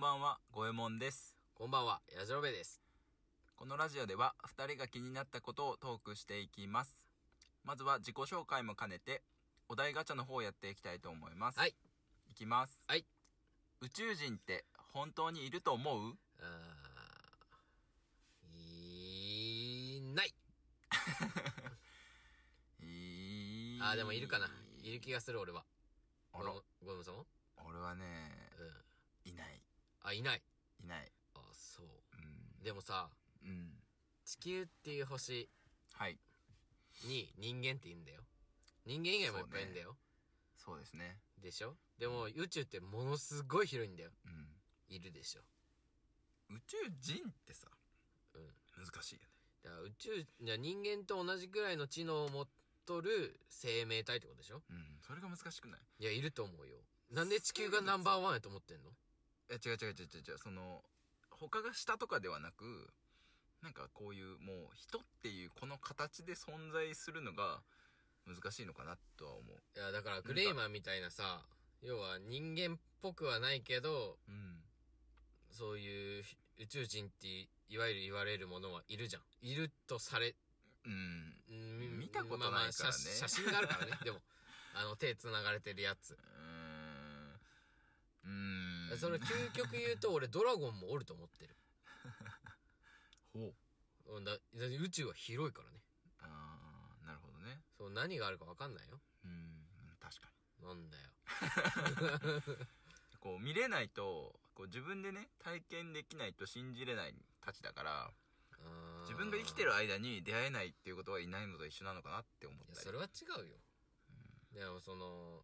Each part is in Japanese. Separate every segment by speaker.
Speaker 1: ばんは、ごえもんです。
Speaker 2: こんばんは、やじろべえです。
Speaker 1: このラジオでは、二人が気になったことをトークしていきます。まずは自己紹介も兼ねて、お題ガチャの方をやっていきたいと思います。
Speaker 2: はい。
Speaker 1: いきます。
Speaker 2: はい。
Speaker 1: 宇宙人って本当にいると思う
Speaker 2: あーいーない。
Speaker 1: い
Speaker 2: あー、でもいるかな。いる気がする、俺は。
Speaker 1: あら
Speaker 2: ごめん、ごめんさんも
Speaker 1: 俺はね、
Speaker 2: うん。
Speaker 1: いない。
Speaker 2: あ、いない。
Speaker 1: いない。
Speaker 2: あ、そ
Speaker 1: うん。
Speaker 2: う。でもさ、
Speaker 1: うん。
Speaker 2: 地球っていう星
Speaker 1: はい。
Speaker 2: に人間っていいんだよ。人間以外もいっぱいいるんだよ。
Speaker 1: そうですね。
Speaker 2: でしょでも、宇宙ってものすごい広いんだよ。
Speaker 1: うん。
Speaker 2: いるでしょ。
Speaker 1: 宇宙人ってさ、
Speaker 2: うん。
Speaker 1: 難しいよね。
Speaker 2: だから宇宙、じゃあ人間と同じくらいの知能を持っとる生命体ってことでしょ
Speaker 1: うん。それが難しくない
Speaker 2: いや、いると思うよ。なんで地球がナンバーワンやと思ってんの
Speaker 1: いや、違う違う違う違う違う、その、他が下とかではなく、なんかこういう、もう人っていうこの形で存在するのが難しいのかなとは思う。
Speaker 2: いや、だから、クレイマーみたいなさ、要は人間っぽくはないけど、
Speaker 1: うん。
Speaker 2: そういう宇宙人って、いわゆる言われるものはいるじゃん。いるとされ、
Speaker 1: うん。
Speaker 2: うん
Speaker 1: 見たこと
Speaker 2: まあまあ
Speaker 1: ないからね
Speaker 2: 写写真があ るからね。でも、あの、手繋がれてるやつ。
Speaker 1: うーん。うーん。
Speaker 2: それ、究極言うと、俺、ドラゴンもおると思ってる。
Speaker 1: ほう。
Speaker 2: うんだだって宇宙は広いからね。
Speaker 1: あー、なるほどね。
Speaker 2: そう、何があるかわかんないよ。
Speaker 1: うん、確かに。
Speaker 2: なんだよ。
Speaker 1: こう見れないと、こう自分でね、体験できないと信じれないたちだから、
Speaker 2: 自
Speaker 1: 自分が生きてる間に出会えないっていうことはいないのと一緒なのかなって思っ
Speaker 2: い
Speaker 1: た
Speaker 2: や、
Speaker 1: り。
Speaker 2: それは違うよ。でも、その、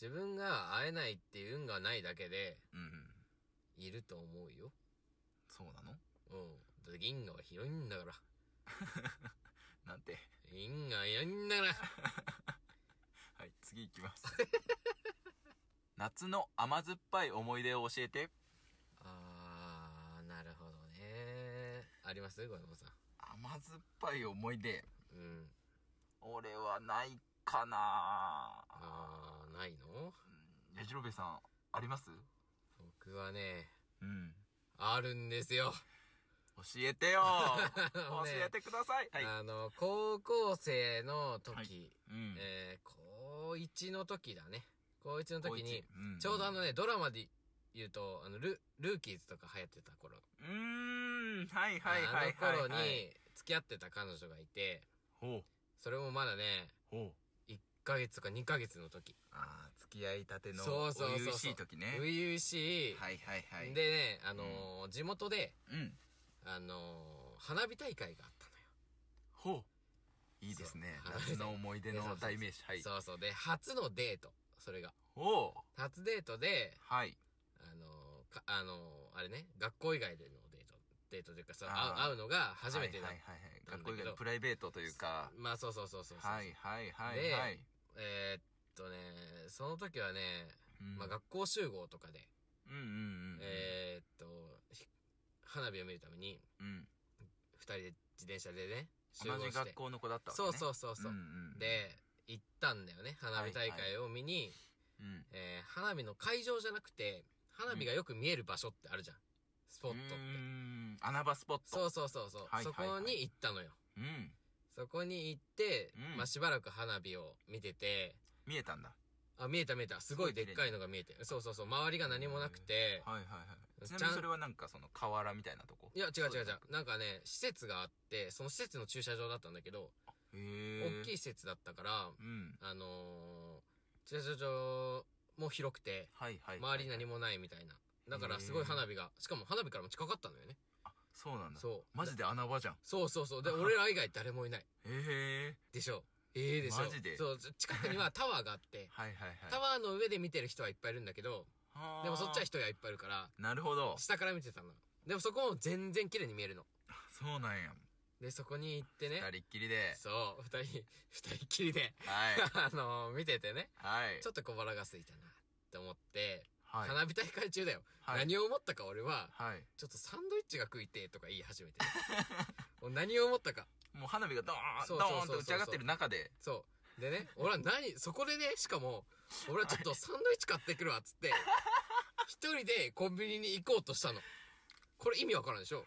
Speaker 2: 自分が会えないっていう運がないだけで、
Speaker 1: うん。
Speaker 2: いると思うよ。
Speaker 1: そうなの
Speaker 2: うん。だって銀河は広いんだから。
Speaker 1: なんて。
Speaker 2: 銀河はいないんだから。
Speaker 1: はい、次行きます。 夏の甘酸っぱい思い出を教えて。
Speaker 2: あー、なるほどね。ありますごめんなさん。
Speaker 1: 甘酸っぱい思い出。
Speaker 2: うん。
Speaker 1: 俺はないかな
Speaker 2: あー、ないの
Speaker 1: やじろべえさん、あります
Speaker 2: 僕はね、
Speaker 1: うん。
Speaker 2: あるんで すよ。
Speaker 1: 教えて よ教
Speaker 2: ね
Speaker 1: えてくださいはい。
Speaker 2: あの、高校生の時、
Speaker 1: はいうん
Speaker 2: えー、高1の時だね。高1の時に
Speaker 1: 高一うん、
Speaker 2: ちょうどあのね、ドラマで言うと、あの、ル、ルーキーズとか流行ってた頃。
Speaker 1: うーん、はいはいはいはい、
Speaker 2: あの頃
Speaker 1: はい。
Speaker 2: に、付き合ってた彼女がいて、
Speaker 1: ほう、
Speaker 2: それもまだね、
Speaker 1: ほう。
Speaker 2: 1ヶ月とか2ヶ月の時。
Speaker 1: ああ、付き合いたての、
Speaker 2: そうそうそうそ
Speaker 1: 初
Speaker 2: う。
Speaker 1: 々しい時ね。
Speaker 2: 初々しい。
Speaker 1: はいはいはい。、
Speaker 2: でね、あのー地元で、
Speaker 1: うん。
Speaker 2: あのー花火大会があったのよ。
Speaker 1: ほう。いいですね。
Speaker 2: そう
Speaker 1: 夏の思い出
Speaker 2: そうそう
Speaker 1: の
Speaker 2: そう
Speaker 1: 代名詞。はい。
Speaker 2: そうそう。で、初のデート。それが。
Speaker 1: ほう。
Speaker 2: 初デートで、
Speaker 1: はい。
Speaker 2: あのーか、あのーあれね、学校以外でのデート、デートというかさ、
Speaker 1: あー
Speaker 2: 会う会うのが初めてだ。
Speaker 1: はいはいはいはい。
Speaker 2: な
Speaker 1: 学
Speaker 2: ん
Speaker 1: 校以
Speaker 2: だけど
Speaker 1: 外のプライベートというか。
Speaker 2: まあ、そうそうそうそうそう。
Speaker 1: はいはいはい
Speaker 2: で、
Speaker 1: はい。
Speaker 2: えーっとね、その時はね、
Speaker 1: ん
Speaker 2: まあ、学校集合とかで、
Speaker 1: うんうんうん。
Speaker 2: えーっと、ひ花火を見るために、
Speaker 1: うん。
Speaker 2: 二人で自転車でね、集合
Speaker 1: 同
Speaker 2: して。
Speaker 1: じ学校の子だったわけ
Speaker 2: そ
Speaker 1: ね。
Speaker 2: うそうそうそう、
Speaker 1: んん、
Speaker 2: で、行ったんだよね、花火大会を見に、
Speaker 1: うん。
Speaker 2: えー花火の会場じゃなくて、花火がよく見える場所ってあるじゃん。スポ
Speaker 1: う
Speaker 2: ットって。
Speaker 1: ーん。穴場スポット。
Speaker 2: そうそうそうそう、
Speaker 1: はいはいはい
Speaker 2: そこに行ったのよ。
Speaker 1: うん。
Speaker 2: そこに行って、
Speaker 1: うん
Speaker 2: まあ、しばらく花火を見てて、
Speaker 1: 見えたんだ。
Speaker 2: あ、見えた見えた。すごいでっかいのが見えて。そうそうそう。周りが何もなくて。
Speaker 1: はいはいはい。
Speaker 2: ち
Speaker 1: ち
Speaker 2: ゃん
Speaker 1: なみにそれはなんかその河原みたいなとこ
Speaker 2: いや、違う違う違。
Speaker 1: そう
Speaker 2: なんかね、施設があって、その施設の駐車場だったんだけど、
Speaker 1: う。へえ。
Speaker 2: 大きい。施設だったから
Speaker 1: う、ん。
Speaker 2: あのー、駐車場も広くて、
Speaker 1: はいはいはい。
Speaker 2: 周り何もないみたいな。だからすごい花火が、しかも花火からも近かったのよね。
Speaker 1: そうなんだ。
Speaker 2: そう
Speaker 1: マジで穴場じゃん。
Speaker 2: そうそうそう。で、俺ら以外誰もいない。
Speaker 1: へえ。
Speaker 2: でしょ。ええでしょ。
Speaker 1: マジで
Speaker 2: そう、ち近くにはタワーがあって、
Speaker 1: はい はいはい。
Speaker 2: タワーの上で見てる人はいっぱいいるんだけど、
Speaker 1: はー
Speaker 2: でもそっちは人がいっぱいいるから、
Speaker 1: なるほど。
Speaker 2: 下から見てたの。でもそこも全然綺麗に見えるの。
Speaker 1: そうなんや。
Speaker 2: で、そこに行ってね
Speaker 1: 二。人っきりで。
Speaker 2: そう、二人、二人っきりで。
Speaker 1: はい
Speaker 2: あのー見ててね。
Speaker 1: はい。
Speaker 2: ちょっと小腹が空いたな、って思って、
Speaker 1: はい
Speaker 2: 花火大会中だよ。
Speaker 1: はい
Speaker 2: 何を思ったか俺は、
Speaker 1: はい。
Speaker 2: ちょっとサンドイッチが食いてえとか言い始 めて。もう何を思ったか。
Speaker 1: もう花火がドーン、
Speaker 2: そ
Speaker 1: ド
Speaker 2: うそうそう
Speaker 1: ーンと打ち上がってる中で。
Speaker 2: そう。でね、俺は何、そこでね、しかも、俺はちょっとサンドイッチ買ってくるわ、つって、一人でコンビニに行こうとしたの。これ意味わからんでしょ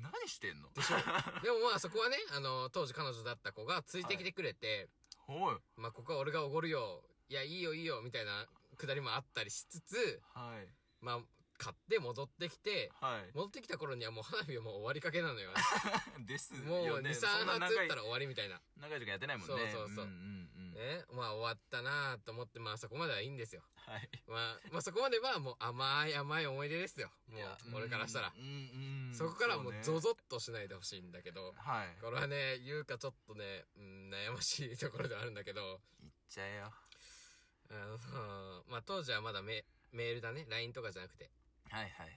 Speaker 1: 何してんの
Speaker 2: でしょでもまあそこはね、あの、当時彼女だった子がついてきてくれて、
Speaker 1: おい
Speaker 2: まあここは俺がおごるよ、いや、いいよいいよ、みたいなくだりもあったりしつつ、
Speaker 1: はい
Speaker 2: まあ、買って戻ってきて、
Speaker 1: は
Speaker 2: 戻ってきた頃にはもう花火はもう終わりかけなのよ。
Speaker 1: い ですよね
Speaker 2: もう2、3
Speaker 1: そんな
Speaker 2: 発
Speaker 1: 長
Speaker 2: 打
Speaker 1: い
Speaker 2: ったら終わりみたいな。
Speaker 1: 長い時間やってないもんね
Speaker 2: そうそうそうん
Speaker 1: んうん
Speaker 2: ね、まあ終わったなぁと思って、まあそこまではいいんですよ。
Speaker 1: はい
Speaker 2: まあ、まあそこまではもう甘い甘い思い出ですよ。も
Speaker 1: いや
Speaker 2: う、俺からしたら。
Speaker 1: うんうんうん
Speaker 2: そこからはもう
Speaker 1: そ
Speaker 2: ゾ
Speaker 1: ね
Speaker 2: ゾッとしないでほしいんだけど、
Speaker 1: はい
Speaker 2: これはね、言うかちょっとね、うん悩ましいところではあるんだけど、
Speaker 1: いっちゃえよ
Speaker 2: あの、まあ当時はまだメメールだね。LINE とかじゃなくて、
Speaker 1: はいはいはい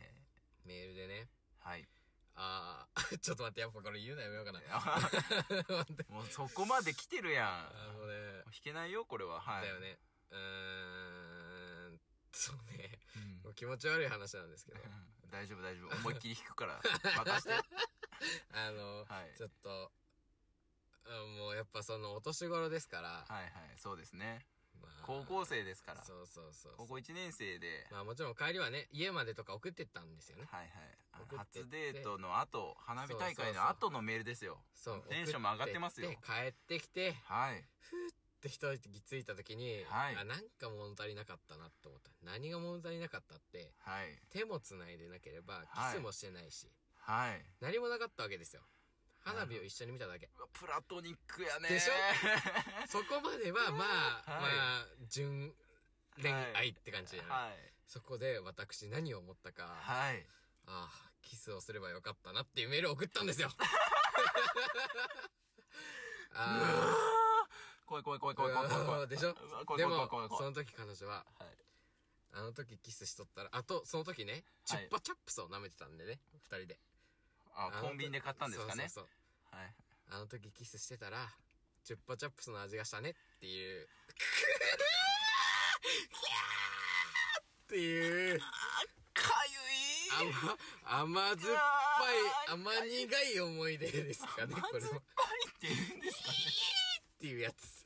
Speaker 2: メールでね。
Speaker 1: はい
Speaker 2: あー、 ちょっと待って、やっぱこれ言うのやめようかな。
Speaker 1: あ
Speaker 2: 待って
Speaker 1: もうそこまで来てるやん
Speaker 2: あのね、
Speaker 1: 引けないよこれははい
Speaker 2: だよね。うーん、そうね。
Speaker 1: うん
Speaker 2: もう気持ち悪い話なんですけど。
Speaker 1: 大丈夫大丈夫思いっきり引くから任せて
Speaker 2: あの、
Speaker 1: はい
Speaker 2: ちょっと、うんもうやっぱそのお年頃ですから、
Speaker 1: はいはいそうですね
Speaker 2: まあ
Speaker 1: 高校生ですから
Speaker 2: そうそうそう
Speaker 1: 高校1年生で
Speaker 2: まあもちろん帰りはね、家までとか送ってったんですよね。
Speaker 1: はいはい
Speaker 2: 送ってって
Speaker 1: 初デートの後花火大会の後のメールですよ
Speaker 2: そう。
Speaker 1: テンションも上がってますよ
Speaker 2: 送ってって帰ってきて、
Speaker 1: はい
Speaker 2: って一息ついた時に、
Speaker 1: はい
Speaker 2: あなんか物足りなかったなって思った何が物足りなかったって
Speaker 1: はい
Speaker 2: 手もつないでなければ
Speaker 1: はい
Speaker 2: キスもしてないし、
Speaker 1: はい
Speaker 2: 何もなかったわけですよ花火を一緒に見ただけ
Speaker 1: うわプラトニックやね
Speaker 2: で しょ
Speaker 1: は
Speaker 2: そこまではまあ、
Speaker 1: はい
Speaker 2: まあ純恋愛って感じじゃない、
Speaker 1: い
Speaker 2: そこで私何を思ったか、あ
Speaker 1: はい
Speaker 2: あキスをすればよかったなっていうメールを送った んですよ
Speaker 1: うわ
Speaker 2: あ
Speaker 1: ー怖い怖い怖い
Speaker 2: あ
Speaker 1: 怖い怖い怖い怖い
Speaker 2: でし
Speaker 1: う
Speaker 2: ょ
Speaker 1: わ
Speaker 2: あ
Speaker 1: 怖い
Speaker 2: で
Speaker 1: 怖い怖
Speaker 2: も
Speaker 1: い怖い怖い
Speaker 2: その時彼女は
Speaker 1: はい
Speaker 2: あの時キスしとったら、あと、その時ね、チュッパチャップスを舐めてたんでね、二、人で。
Speaker 1: あ
Speaker 2: あの
Speaker 1: コンビニで買ったんですかね
Speaker 2: そうそう
Speaker 1: はい
Speaker 2: そう。あの時キスしてたら、チュッパチャップスの味がしたねって いう。くーひゃーっていう、
Speaker 1: かゆい
Speaker 2: 甘、甘酸っぱい、甘苦い思い出ですかね、
Speaker 1: 甘
Speaker 2: これ
Speaker 1: 酸
Speaker 2: は。
Speaker 1: っ
Speaker 2: っ
Speaker 1: ぱいって言うんですかね
Speaker 2: ていうやつ。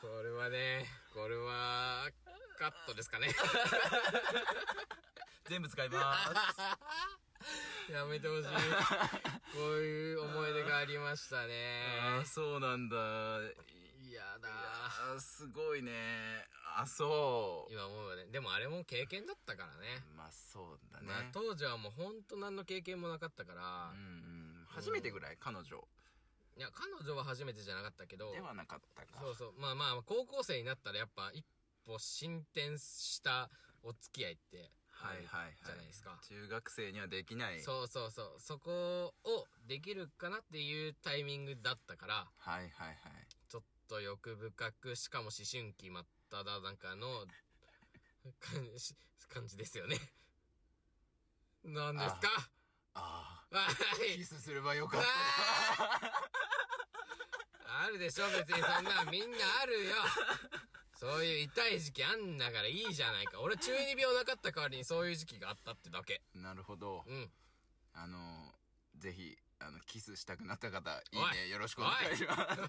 Speaker 2: これはね、これは、カットで すかね。
Speaker 1: 全部使います
Speaker 2: やめてほしい。こういう思い出がありました
Speaker 1: あ
Speaker 2: ね
Speaker 1: ー。そうなんだ
Speaker 2: いやだ
Speaker 1: あーすごいねあそう
Speaker 2: 今思うよね。でもあれも経験だったからね。
Speaker 1: まあそうだね
Speaker 2: まあ、当時はもうほんと何の経験もなかったから、
Speaker 1: うんうん初めてぐらい彼女
Speaker 2: いや、彼女は初めてじゃなかったけど、
Speaker 1: ではなかったか
Speaker 2: そうそう。まあまあ、高校生になったらやっぱ一歩進展したお付き合いって、
Speaker 1: はいはいはい
Speaker 2: じゃないですか
Speaker 1: 中学生にはできない
Speaker 2: そうそうそう。そこをできるかなっていうタイミングだったから、
Speaker 1: はいはいはい
Speaker 2: ちょっと欲深く、しかも思春期真っ只中の 感じ、感じですよね。何ですか
Speaker 1: あ
Speaker 2: は
Speaker 1: あ
Speaker 2: い
Speaker 1: キ。スすればよかった
Speaker 2: あるでしょ別にそんな、みんなあるよ。そういう痛い時期あんだからいいじゃないか。俺中二病なかった代わりにそういう時期があったってだけ。
Speaker 1: なるほど
Speaker 2: うん。
Speaker 1: あのぜひあのキスしたくなった方いい
Speaker 2: お
Speaker 1: ねよろしくお願いします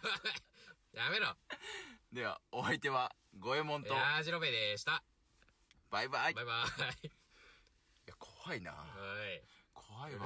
Speaker 2: やめろ。
Speaker 1: ではお相手は五右衛門と
Speaker 2: ヤージロベでした。
Speaker 1: バイバイい
Speaker 2: バイバイ。
Speaker 1: や怖いな
Speaker 2: はい。
Speaker 1: 怖いわ